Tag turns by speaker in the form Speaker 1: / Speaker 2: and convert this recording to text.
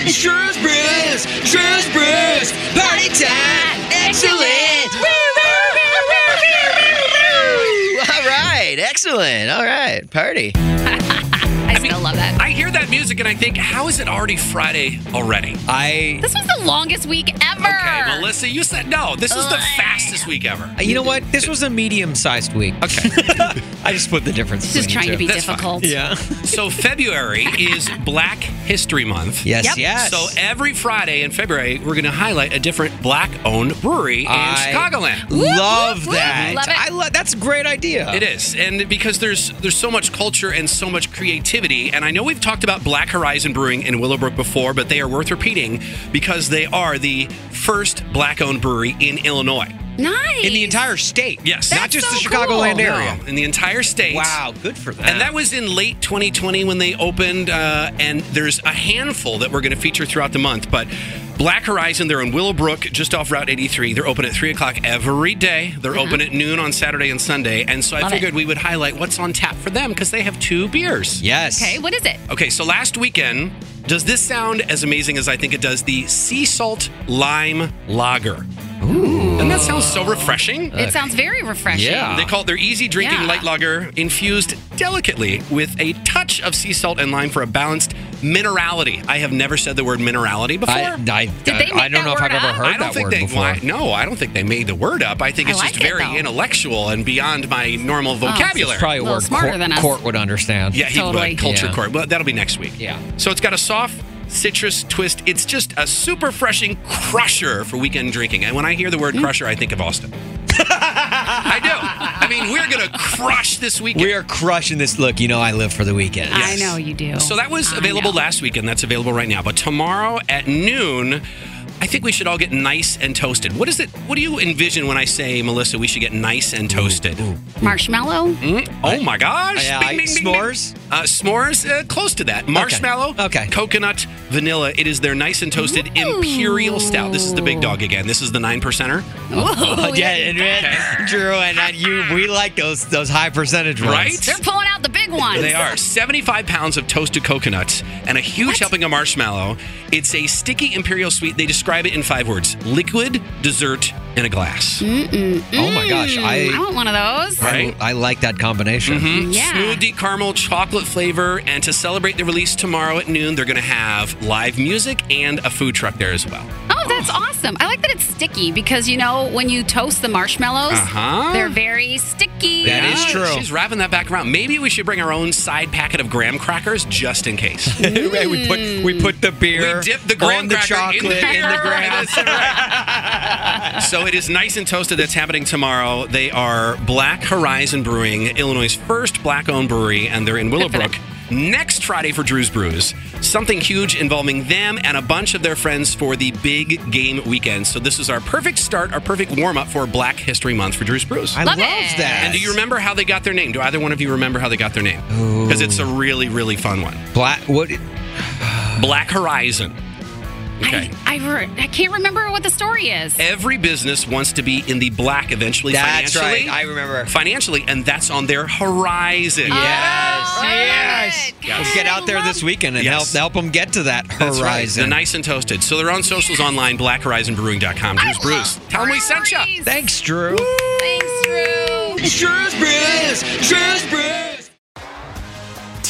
Speaker 1: Insurance Bruce! Insurance Bruce! Party time! Excellent! Woo, woo, woo, woo, woo, woo, woo. All right, excellent. All right, party. Uh,
Speaker 2: I still love that.
Speaker 3: I hear that music and I think, how is it already Friday already?
Speaker 1: I.
Speaker 2: This was the longest week ever.
Speaker 3: Okay, Melissa, you said no. This is the fastest week ever.
Speaker 1: You know what? This was a medium-sized week. Okay. I just put the difference.
Speaker 2: Just
Speaker 1: between
Speaker 2: trying to
Speaker 1: the
Speaker 2: be
Speaker 3: That's fine.
Speaker 2: difficult.
Speaker 1: two. Yeah.
Speaker 3: So February is Black History Month.
Speaker 1: Yes.
Speaker 2: Yep.
Speaker 1: Yes.
Speaker 3: So every Friday in February, we're going to highlight a different black-owned brewery in
Speaker 1: I
Speaker 3: Chicagoland.
Speaker 1: Love
Speaker 2: whoop, whoop.
Speaker 1: that.
Speaker 2: Love it.
Speaker 1: I love. That's a great idea.
Speaker 3: It is, and because there's there's so much culture and so much creativity, and I know we've talked about Black Horizon Brewing in Willowbrook before, but they are worth repeating because they are the first black-owned brewery in Illinois.
Speaker 2: Nice.
Speaker 1: in the entire state.
Speaker 3: Yes.
Speaker 1: not
Speaker 3: That's
Speaker 1: just the
Speaker 2: so
Speaker 1: Chicagoland
Speaker 2: cool.
Speaker 1: area.
Speaker 3: in the entire state.
Speaker 1: Wow, good for that.
Speaker 3: And that was in late 2020 when they opened, uh, and there's a handful that we're going to feature throughout the month. But Black Horizon, they're in Willowbrook, just off Route 83. They're open at 3 o'clock every day. They're open at noon on Saturday and Sunday. And so I
Speaker 2: Mm-hmm. Love it.
Speaker 3: figured we would highlight what's on tap for them because they have two beers.
Speaker 1: yes.
Speaker 2: Okay, what is it?
Speaker 3: Okay, so last weekend, does this sound as amazing as I think it does? The Sea Salt Lime Lager. Ooh. Doesn't that sound so refreshing?
Speaker 2: It sounds very refreshing.
Speaker 1: Yeah.
Speaker 3: They call it their easy drinking
Speaker 2: Yeah.
Speaker 3: light lager, infused delicately with a touch of sea salt and lime for a balanced minerality. I have never said the word minerality before.
Speaker 1: I, I,
Speaker 2: Did they
Speaker 1: I,
Speaker 2: make
Speaker 1: don't know
Speaker 2: that
Speaker 1: if I've
Speaker 2: word
Speaker 1: ever
Speaker 2: up?
Speaker 1: heard
Speaker 3: I don't
Speaker 1: that
Speaker 3: think
Speaker 1: word
Speaker 3: they.
Speaker 1: before.
Speaker 3: why- no, I don't think they made the word up. I think
Speaker 2: I
Speaker 3: it's just
Speaker 2: like it,
Speaker 3: very
Speaker 2: though.
Speaker 3: intellectual and beyond my normal vocabulary.
Speaker 1: Oh, It's probably a
Speaker 2: Little
Speaker 1: word
Speaker 2: smarter
Speaker 1: court,
Speaker 2: than us.
Speaker 1: court would understand.
Speaker 3: yeah, he
Speaker 2: Totally.
Speaker 3: would culture
Speaker 1: Yeah.
Speaker 3: court. Well, that'll be next week.
Speaker 1: Yeah.
Speaker 3: So it's got a soft citrus twist. It's just a super refreshing crusher for weekend drinking. And when I hear the
Speaker 1: Hmm.
Speaker 3: word crusher, I think of Austin. I do. I mean, we're gonna crush this weekend.
Speaker 1: We are crushing this. Look, you know I live for the weekend.
Speaker 2: I know you do.
Speaker 3: So that was
Speaker 2: I
Speaker 3: available
Speaker 2: know.
Speaker 3: last weekend. That's available right now. But tomorrow at noon, I think we should all get nice and toasted. What is it? What do you envision when I say, Melissa, we should get nice and toasted?
Speaker 2: Marshmallow.
Speaker 1: Mm-hmm.
Speaker 3: Mm, Oh my gosh!
Speaker 1: Yeah, I- uh, s'mores?
Speaker 3: Uh, s'mores, uh, close to that. Marshmallow,
Speaker 1: Okay.
Speaker 3: coconut, vanilla. It is their nice and toasted imperial stout. This is the big dog again. This is the nine percenter.
Speaker 1: Oh,
Speaker 2: Ooh,
Speaker 1: yeah,
Speaker 2: even
Speaker 1: and and Drew and I, you, we like those those high percentage ones.
Speaker 3: Right?
Speaker 2: They're pulling out the big ones.
Speaker 3: They are 75 pounds of toasted coconuts and a huge helping of marshmallow. It's a sticky imperial sweet. They describe it in five words liquid, dessert, and a glass.
Speaker 1: Oh my gosh,
Speaker 2: I,
Speaker 1: I
Speaker 2: want one of those.
Speaker 3: Right?
Speaker 1: I, like that combination.
Speaker 2: Yeah.
Speaker 3: Smoothie caramel chocolate flavor. And to celebrate the release tomorrow at noon, they're going to have live music and a food truck there as well.
Speaker 2: Oh, that's awesome. I like that it's sticky because, you know, when you toast the marshmallows,
Speaker 3: Uh-huh.
Speaker 2: they're very sticky.
Speaker 1: That is
Speaker 3: Yeah,
Speaker 1: true.
Speaker 3: She's wrapping that back around. Maybe we should bring our own side packet of graham crackers just in case.
Speaker 2: Mm.
Speaker 1: Right, we put we put the beer,
Speaker 3: We dip the graham
Speaker 1: on the
Speaker 3: cracker
Speaker 1: chocolate,
Speaker 3: in the
Speaker 1: in the
Speaker 3: beer.
Speaker 1: graham.
Speaker 3: That's right. so it is nice and toasted. That's happening tomorrow. They are Black Horizon Brewing, Illinois' first black-owned brewery, and they're in Willowbrook. Next Friday for Drew's Brews, something huge involving them and a bunch of their friends for the big game weekend. So this is our perfect start, our perfect warm-up for Black History Month for Drew's Brews.
Speaker 1: I love,
Speaker 2: Love it.
Speaker 1: that.
Speaker 3: and do you remember how they got their name? Do either one of you remember how they got their name? Because it's a really, really fun one.
Speaker 1: Black. What?
Speaker 3: Black Horizon. Okay.
Speaker 2: I, I, re- I can't remember what the story is.
Speaker 3: Every business wants to be in the black eventually
Speaker 1: That's
Speaker 3: financially.
Speaker 1: right. I remember.
Speaker 3: Financially, and that's on their horizon.
Speaker 1: Yes,
Speaker 2: Oh,
Speaker 1: yes.
Speaker 2: good. God,
Speaker 1: Let's get
Speaker 2: I
Speaker 1: out there
Speaker 2: love-
Speaker 1: this weekend and
Speaker 3: Yes.
Speaker 1: help help them get to that
Speaker 3: That's right.
Speaker 1: horizon.
Speaker 3: The nice and toasted. So they're on socials online, blackhorizonbrewing.com. Drews
Speaker 2: I
Speaker 3: Bruce.
Speaker 2: love
Speaker 3: Tell them we sent you.
Speaker 2: breweries.
Speaker 1: Thanks, Drew.
Speaker 2: Thanks, Drew.
Speaker 1: Drew's Bruce. Drew's Bruce.